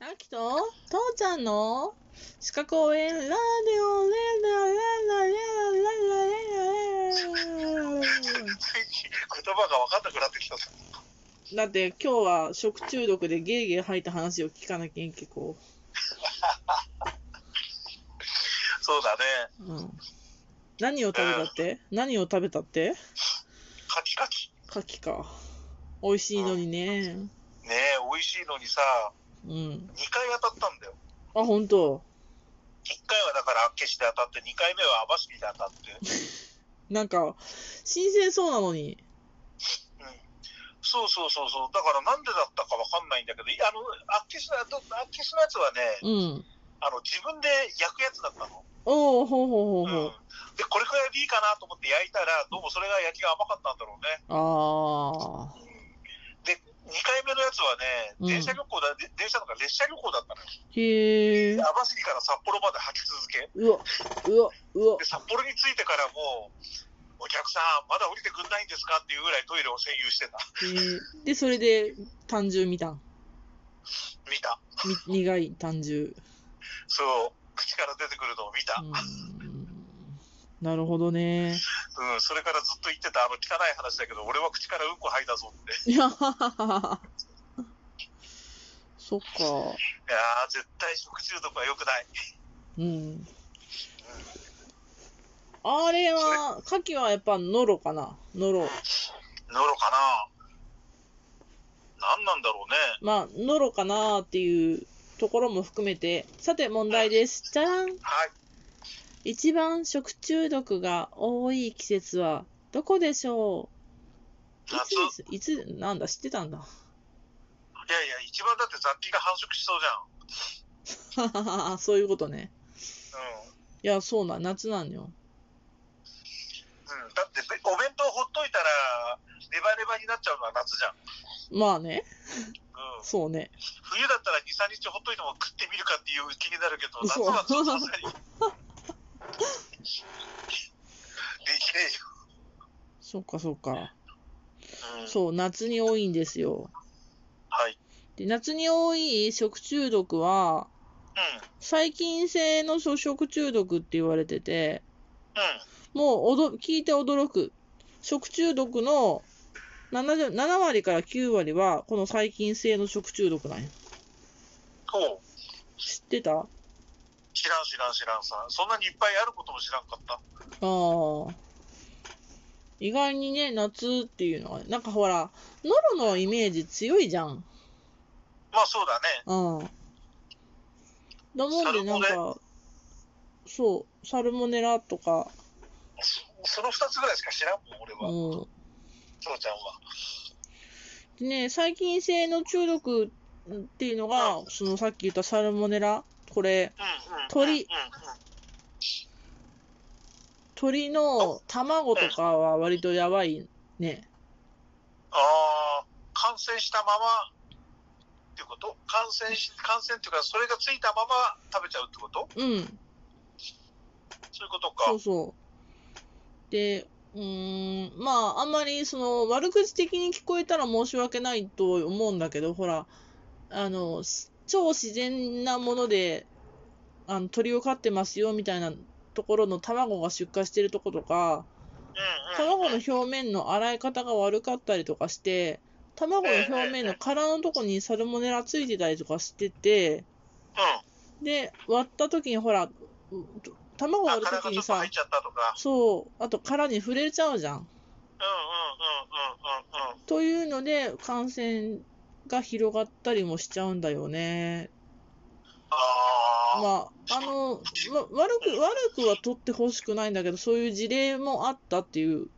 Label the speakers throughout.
Speaker 1: あきと父ちゃんの四角応援ラデオレララララララララ
Speaker 2: 言葉が分かんなくなってきたぞ
Speaker 1: だって今日は食中毒でゲーゲー吐いた話を聞かなきゃいけこ
Speaker 2: そうだね
Speaker 1: う、うん、何を食べたって何を食べたって
Speaker 2: カキカキ
Speaker 1: 牡蠣か美味しいのにね
Speaker 2: ねえ美味しいのにさ
Speaker 1: うん
Speaker 2: 2回当たったんだよ
Speaker 1: あ本当
Speaker 2: 1回はだから厚岸で当たって2回目は網走で当たって
Speaker 1: なんか新鮮そうなのに
Speaker 2: そうそうそうそうだからなんでだったか分かんないんだけどいあの厚岸のあと厚岸のやつはね
Speaker 1: うん
Speaker 2: あの自分で焼くやつだったの
Speaker 1: おおほうほうほう
Speaker 2: う、
Speaker 1: ほうん
Speaker 2: でこれくらいでいいかなと思って焼いたらどうもそれが焼きが甘かったんだろうね
Speaker 1: ああ
Speaker 2: で2回目のやつはね
Speaker 1: うん
Speaker 2: 電車旅行だ、で電車とか列車旅行だったのよ
Speaker 1: へえ
Speaker 2: で網走から札幌まで履き続け
Speaker 1: うわうわうわ
Speaker 2: で札幌に着いてからもうお客さんまだ降りてくんないんですかっていうぐらいトイレを占有してた
Speaker 1: えーで、それで、単純見たん。
Speaker 2: 見た
Speaker 1: み苦い単純。
Speaker 2: そう口から出てくるのを見た、
Speaker 1: う
Speaker 2: うん
Speaker 1: ーんなるほどね。
Speaker 2: それからずっと言ってたあの汚い話だけど俺は口からうんこ吐いたぞって
Speaker 1: いやははははそっか。
Speaker 2: いやー絶対食中毒は良くない
Speaker 1: うん。あれは、牡蠣はやっぱノロかな。ノロ。
Speaker 2: ノロかな何なんだろうね
Speaker 1: まあ、ノロかなっていうところも含めて。さて、問題です。じゃらん。
Speaker 2: はい
Speaker 1: 一番食中毒が多い季節はどこでしょう
Speaker 2: 夏
Speaker 1: いつですいつ、なんだ、知ってたんだ。
Speaker 2: いやいや、一番だって雑菌が繁殖しそう
Speaker 1: は
Speaker 2: じ
Speaker 1: ははは そういうことね。
Speaker 2: ゃん。
Speaker 1: いや、そうなん、夏なんよ。
Speaker 2: うん。うん、だって、べお弁当ほっといたら、ネバネバになっちゃうのは夏じゃん。
Speaker 1: まあね、
Speaker 2: うん。
Speaker 1: そうね。
Speaker 2: 冬だったら2、3日ほっといても食ってみるかっていう気になるけど、夏
Speaker 1: 嘘
Speaker 2: はちょっとさす がに。できね
Speaker 1: そっかそっか。
Speaker 2: えよ。うん。
Speaker 1: そう、夏に多いんですよ。
Speaker 2: はい。
Speaker 1: で夏に多い食中毒は、
Speaker 2: うん。
Speaker 1: 細菌性の食中毒って言われてて、
Speaker 2: うん。
Speaker 1: もうおど聞いて驚く。食中毒の 7, 7割から9割は、この細菌性の食中毒なんよ。
Speaker 2: こう。
Speaker 1: 知ってたあ
Speaker 2: 知らん知らん知らんさ。そんなにいっぱいあることも知らんかった。
Speaker 1: あ。意外にね、夏っていうのは、なんかほら、ノロのイメージ強いじゃん。
Speaker 2: まあそうだね。
Speaker 1: うん。だもんで、なん
Speaker 2: サル
Speaker 1: か、そう、サルモネラとか、
Speaker 2: そその2つぐらいしか知らんもん、俺
Speaker 1: う
Speaker 2: は。
Speaker 1: ん。
Speaker 2: そうちゃんは。
Speaker 1: でね、細菌性の中毒っていうのが、そのさっき言ったサルモネラ、これ、
Speaker 2: うんうん。
Speaker 1: 鳥
Speaker 2: うんうん。
Speaker 1: 鳥の卵とかは割とやばいね。
Speaker 2: ああ、感染したままっていうこと感染し、感染っていうか、それがついたまま食べちゃうってこと
Speaker 1: うん、
Speaker 2: そういうことか。
Speaker 1: そうそう。で、うーん、まあ、あんまりその悪口的に聞こえたら申し訳ないと思うんだけど、ほら、あの、し超自然なもので、あの鳥を飼ってますよみたいなところの卵が出荷してるとことか、
Speaker 2: うんうん。
Speaker 1: 卵の表面の洗い方が悪かったりとかして、卵の表面の殻のとこにサルモネラついてたりとかしてて、
Speaker 2: う
Speaker 1: で、割った時にほら、う卵
Speaker 2: ん。あ、
Speaker 1: 割る
Speaker 2: 殻
Speaker 1: 時
Speaker 2: がちょ
Speaker 1: に
Speaker 2: っと
Speaker 1: さ
Speaker 2: 入っ、ちゃったとか。
Speaker 1: そう、あと殻に触れちゃうじゃん。
Speaker 2: うんうんうんうんうんうん。
Speaker 1: というので、感染が広がったりもしちゃうんだよね。
Speaker 2: ああ、
Speaker 1: まあ、あの、わ悪く、悪くは取ってほしくないんだけど、そういう事例もあったっていう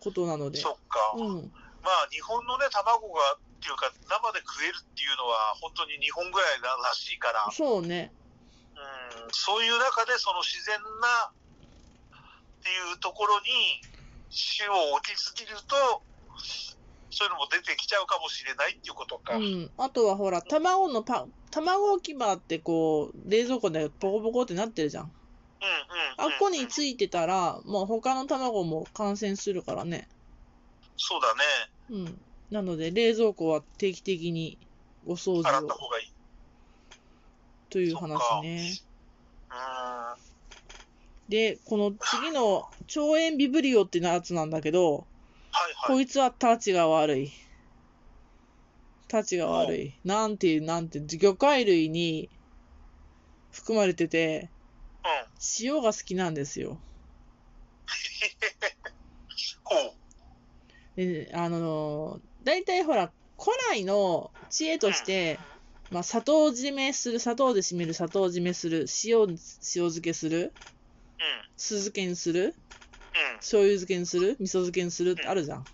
Speaker 1: ことなので。
Speaker 2: そっか。
Speaker 1: うん。
Speaker 2: まあ、日本のね、卵が、っていうか、生で食えるっていうのは、本当に日本ぐらいらしいから、
Speaker 1: そうね。
Speaker 2: うん、そういう中で、その自然な、っていうところに、種を置きすぎると、そういうのも出てきちゃうかもしれないっていうことか。
Speaker 1: う
Speaker 2: うん、
Speaker 1: ん。あとはほら、卵のパ、卵置き場ってこう、冷蔵庫でボコボコってなってるじゃん。あっこについてたら、もう他の卵も感染するからね。
Speaker 2: そうだね。
Speaker 1: うん。なので、冷蔵庫は定期的にお掃
Speaker 2: 洗
Speaker 1: 除
Speaker 2: っ
Speaker 1: を
Speaker 2: た。方がいい。
Speaker 1: という話ね。
Speaker 2: うーん。
Speaker 1: で、この次の、超円ビブリオってやつなんだけど、
Speaker 2: はいは
Speaker 1: こ
Speaker 2: い。
Speaker 1: いつはタチが悪い。タチが悪い。なんて、なんて、魚介類に含まれてて、
Speaker 2: うん。
Speaker 1: 塩が好きなんですよ。
Speaker 2: ほう。
Speaker 1: で、あのー、大体ほら、古来の知恵として、まあ、砂糖締めする、砂糖で締める、砂糖締めする、塩、塩漬けする、
Speaker 2: うん。
Speaker 1: 酢漬けにする、
Speaker 2: うん。
Speaker 1: 醤油漬けにする、味噌漬けにするってあるじゃん。
Speaker 2: うん。うん。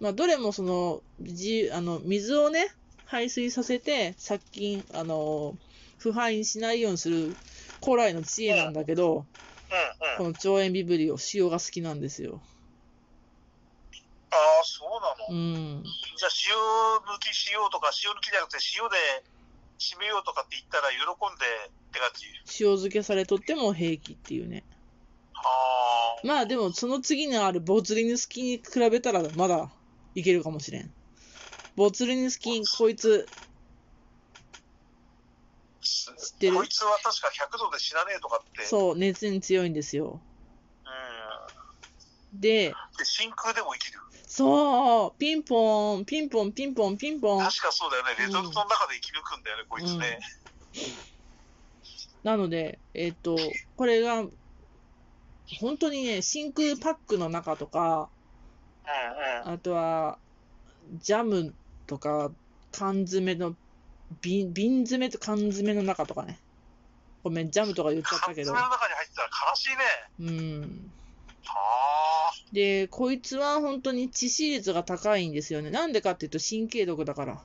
Speaker 1: まあ、どれもその、じあの、水をね、排水させて、殺菌、あの、腐敗にしないようにする古来の知恵なんだけど、
Speaker 2: うん。うん。
Speaker 1: この腸炎ビブリオ、塩が好きなんですよ。
Speaker 2: ああ、そうなの。
Speaker 1: うん。
Speaker 2: じゃあ、塩抜きしようとか、塩抜きじゃなくて、塩で締めようとかって言ったら喜んでって感じ。
Speaker 1: 塩漬けされとっても平気っていうね。
Speaker 2: ああ、
Speaker 1: まあでも、その次のあるボツリヌス菌に比べたら、まだいけるかもしれん。ボツリヌス菌、こいつ、
Speaker 2: 知
Speaker 1: ってる
Speaker 2: こいつは確か100度で死なねえとかって。う。
Speaker 1: そう、熱に強いんですよ。
Speaker 2: ん。
Speaker 1: で、
Speaker 2: で、真空でも生きる。
Speaker 1: そう、ピンポン、ピンポン、ピンポン、ピンポン。
Speaker 2: 確かそうだよね。レトルトの中で生き抜くんだよね、こいつね。
Speaker 1: なので、えっ、と、これが、本当にね、真空パックの中とか、
Speaker 2: うんうん。
Speaker 1: あとは、ジャムとか、缶詰の、瓶瓶詰めと缶詰の中とかね。ごめん、ジャムとか言っちゃった
Speaker 2: 缶
Speaker 1: け
Speaker 2: 詰
Speaker 1: ど
Speaker 2: の。中に入ってたら悲しいね。
Speaker 1: うん。
Speaker 2: はあ。
Speaker 1: で、こいつは本当に致死率が高いんですよね。なんでかっていうと神経毒だから。
Speaker 2: あ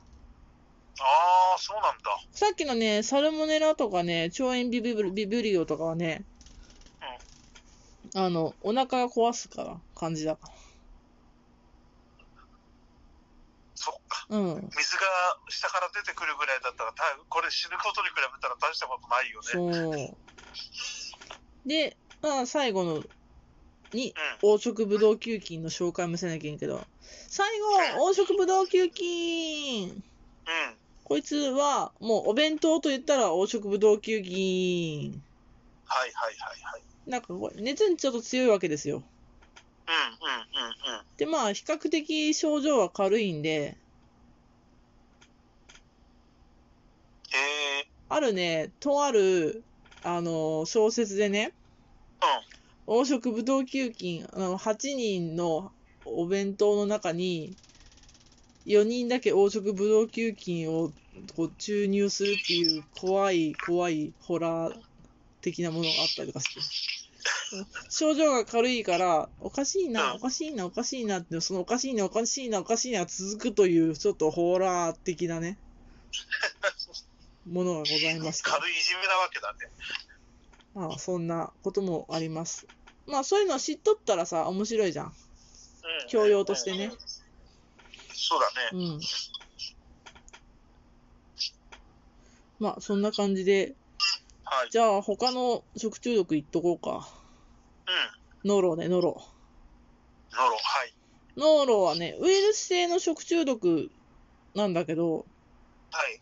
Speaker 2: あ、そうなんだ。
Speaker 1: さっきのね、サルモネラとかね、腸炎ビブビブリオとかはね、あの、お腹が壊すから、感じだか
Speaker 2: そっか。
Speaker 1: ら。うん。
Speaker 2: 水が下から出てくるぐらいだったら、たこれ死ぬことに比べたら大したことないよね。う。
Speaker 1: そう。で、まあ、最後の、に、
Speaker 2: ん。
Speaker 1: 黄色ブドウ球菌の紹介もせなきゃいけんけど、最後、黄色ブドウ球菌
Speaker 2: うん。
Speaker 1: こいつは、もうお弁当と言ったら黄色ブドウ球菌
Speaker 2: はいはいはいはい。
Speaker 1: なんかこれ、熱にちょっと強いわけですよ。
Speaker 2: うんうんうんうん。
Speaker 1: で、まあ、比較的症状は軽いんで、
Speaker 2: ええ
Speaker 1: あるね、とある、あの、小説でね、黄色ブドウ球菌、あの、8人のお弁当の中に、4人だけ黄色ブドウ球菌をこう注入するっていう怖い怖いホラー的なものがあったりとかして。症状が軽いから、おかしいな、
Speaker 2: うん
Speaker 1: おかしいな、おかしいなって、そのおかしいな、おかしいな、おかしいなが続くという、ちょっとホラー的なね、ものがございました。
Speaker 2: 軽いいじめなわけだね。
Speaker 1: まあ、そんなこともあります。まあ、そういうの知っとったらさ、面白いじゃん。
Speaker 2: うん
Speaker 1: 教養としてね。
Speaker 2: そうだ
Speaker 1: う
Speaker 2: ね。
Speaker 1: ん。まあ、そんな感じで、
Speaker 2: はい。
Speaker 1: じゃあ、他の食中毒いっとこうか。
Speaker 2: うん。
Speaker 1: ノロね、ノロ。
Speaker 2: ノロ、はい。
Speaker 1: ノロはね、ウイルス性の食中毒なんだけど、
Speaker 2: はい。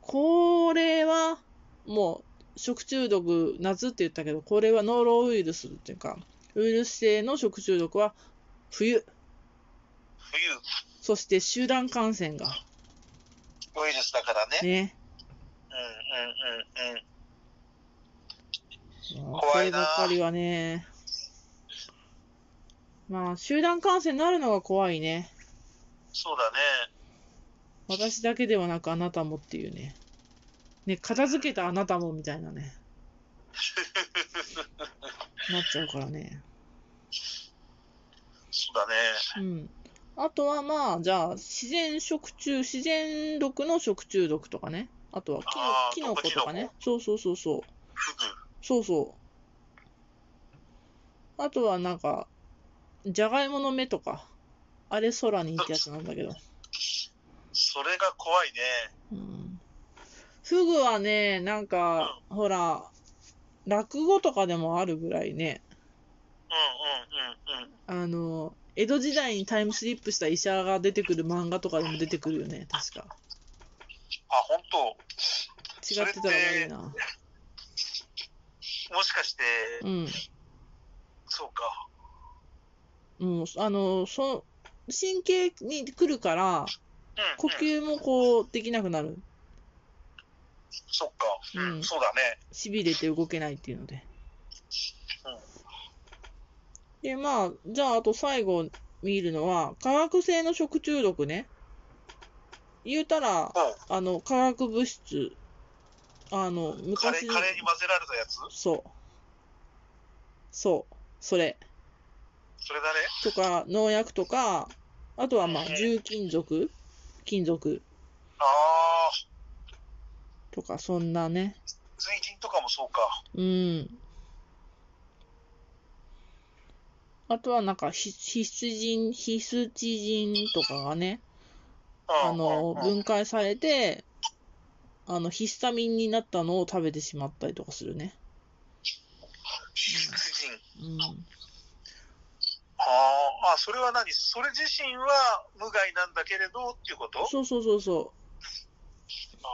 Speaker 1: これは、もう、食中毒、夏って言ったけど、これはノロウイルスっていうか、ウイルス性の食中毒は、冬、
Speaker 2: 冬、
Speaker 1: そして集団感染が、
Speaker 2: ウイルスだからね。
Speaker 1: ね。
Speaker 2: うんうんうんうん。
Speaker 1: もう
Speaker 2: 怖いな
Speaker 1: こればっかりはね。まあ、集団感染になるのが怖いね。
Speaker 2: そうだね。
Speaker 1: 私だけではなくあなたもっていうね。ね、片付けたあなたもみたいなね。なっちゃうからね。
Speaker 2: そうだ
Speaker 1: う
Speaker 2: ね。
Speaker 1: ん。あとはまあ、じゃあ、自然食中、自然毒の食中毒とかね。あとは
Speaker 2: あー
Speaker 1: キノキノコとかね。そうそうそうそう。
Speaker 2: フグ。
Speaker 1: そうそう。あとはなんか、じゃがいもの芽とか、あれ空にってやつなんだけど。
Speaker 2: それが怖いね。
Speaker 1: うん。フグはね、なんか、ほら、落語とかでもあるぐらいね、
Speaker 2: うんうんうんうん。
Speaker 1: あの、江戸時代にタイムスリップした医者が出てくる漫画とかでも出てくるよね、確か。
Speaker 2: あ、本当。
Speaker 1: 違ってたら悪いな。
Speaker 2: もしかして、
Speaker 1: うん。
Speaker 2: そうか。
Speaker 1: もう、あの、そ、神経に来るから、
Speaker 2: うん、うん
Speaker 1: 呼吸もこう、できなくなる。
Speaker 2: そっか、うん
Speaker 1: うん
Speaker 2: そうだね。
Speaker 1: 痺れて動けないっていうので
Speaker 2: うん。
Speaker 1: で、まあ、じゃあ、あと最後見るのは、化学性の食中毒ね。言うたら、
Speaker 2: おう
Speaker 1: あの、化学物質、あの、
Speaker 2: カレ
Speaker 1: 昔
Speaker 2: ー
Speaker 1: の
Speaker 2: カレーに混ぜられたやつ
Speaker 1: そう。そう。それ。
Speaker 2: それだね。
Speaker 1: とか、農薬とか、あとはまあ、
Speaker 2: うんうん
Speaker 1: 重金属金属
Speaker 2: ああ、
Speaker 1: とか、そんなね。
Speaker 2: 水銀とかもそうか。
Speaker 1: うん。あとはなんか、ひ必需人、必須知人とかがね、
Speaker 2: うん
Speaker 1: あの、
Speaker 2: うんうん
Speaker 1: 分解されて、あの、ヒスタミンになったのを食べてしまったりとかするね。
Speaker 2: 水銀。
Speaker 1: うん。
Speaker 2: あーあ、それは何それ自身は無害なんだけれどっていうことあ
Speaker 1: そうそうそうそ
Speaker 2: あ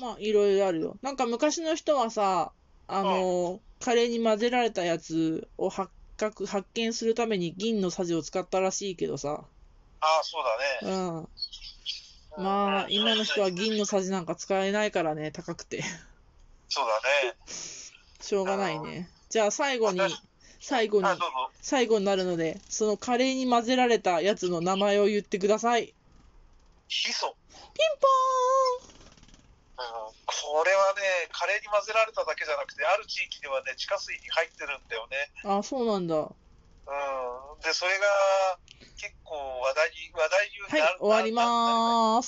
Speaker 1: う。まあ、いろいろあるよ。なんか昔の人はさ、あの、カレーに混ぜられたやつを発覚、発見するために銀のさじを使ったらしいけどさ、
Speaker 2: ー、ああ、そ
Speaker 1: う
Speaker 2: うだね。
Speaker 1: ん。まあ、今の人は銀のさじなんか使えないからね、高くて。
Speaker 2: そうだね。
Speaker 1: しょうがないね。じゃあ最後に、最後に
Speaker 2: あ、、どうぞ。
Speaker 1: 最後になるので、そのカレーに混ぜられたやつの名前を言ってください。ピン
Speaker 2: ヒ素。
Speaker 1: ポーン
Speaker 2: うん、これはね、カレーに混ぜられただけじゃなくて、ある地域ではね、地下水に入ってるんだよね。
Speaker 1: あ、そうなんだ。は
Speaker 2: うん、で、それが結構話題に、話題に
Speaker 1: い
Speaker 2: なる、
Speaker 1: 終わり
Speaker 2: なる
Speaker 1: まーす。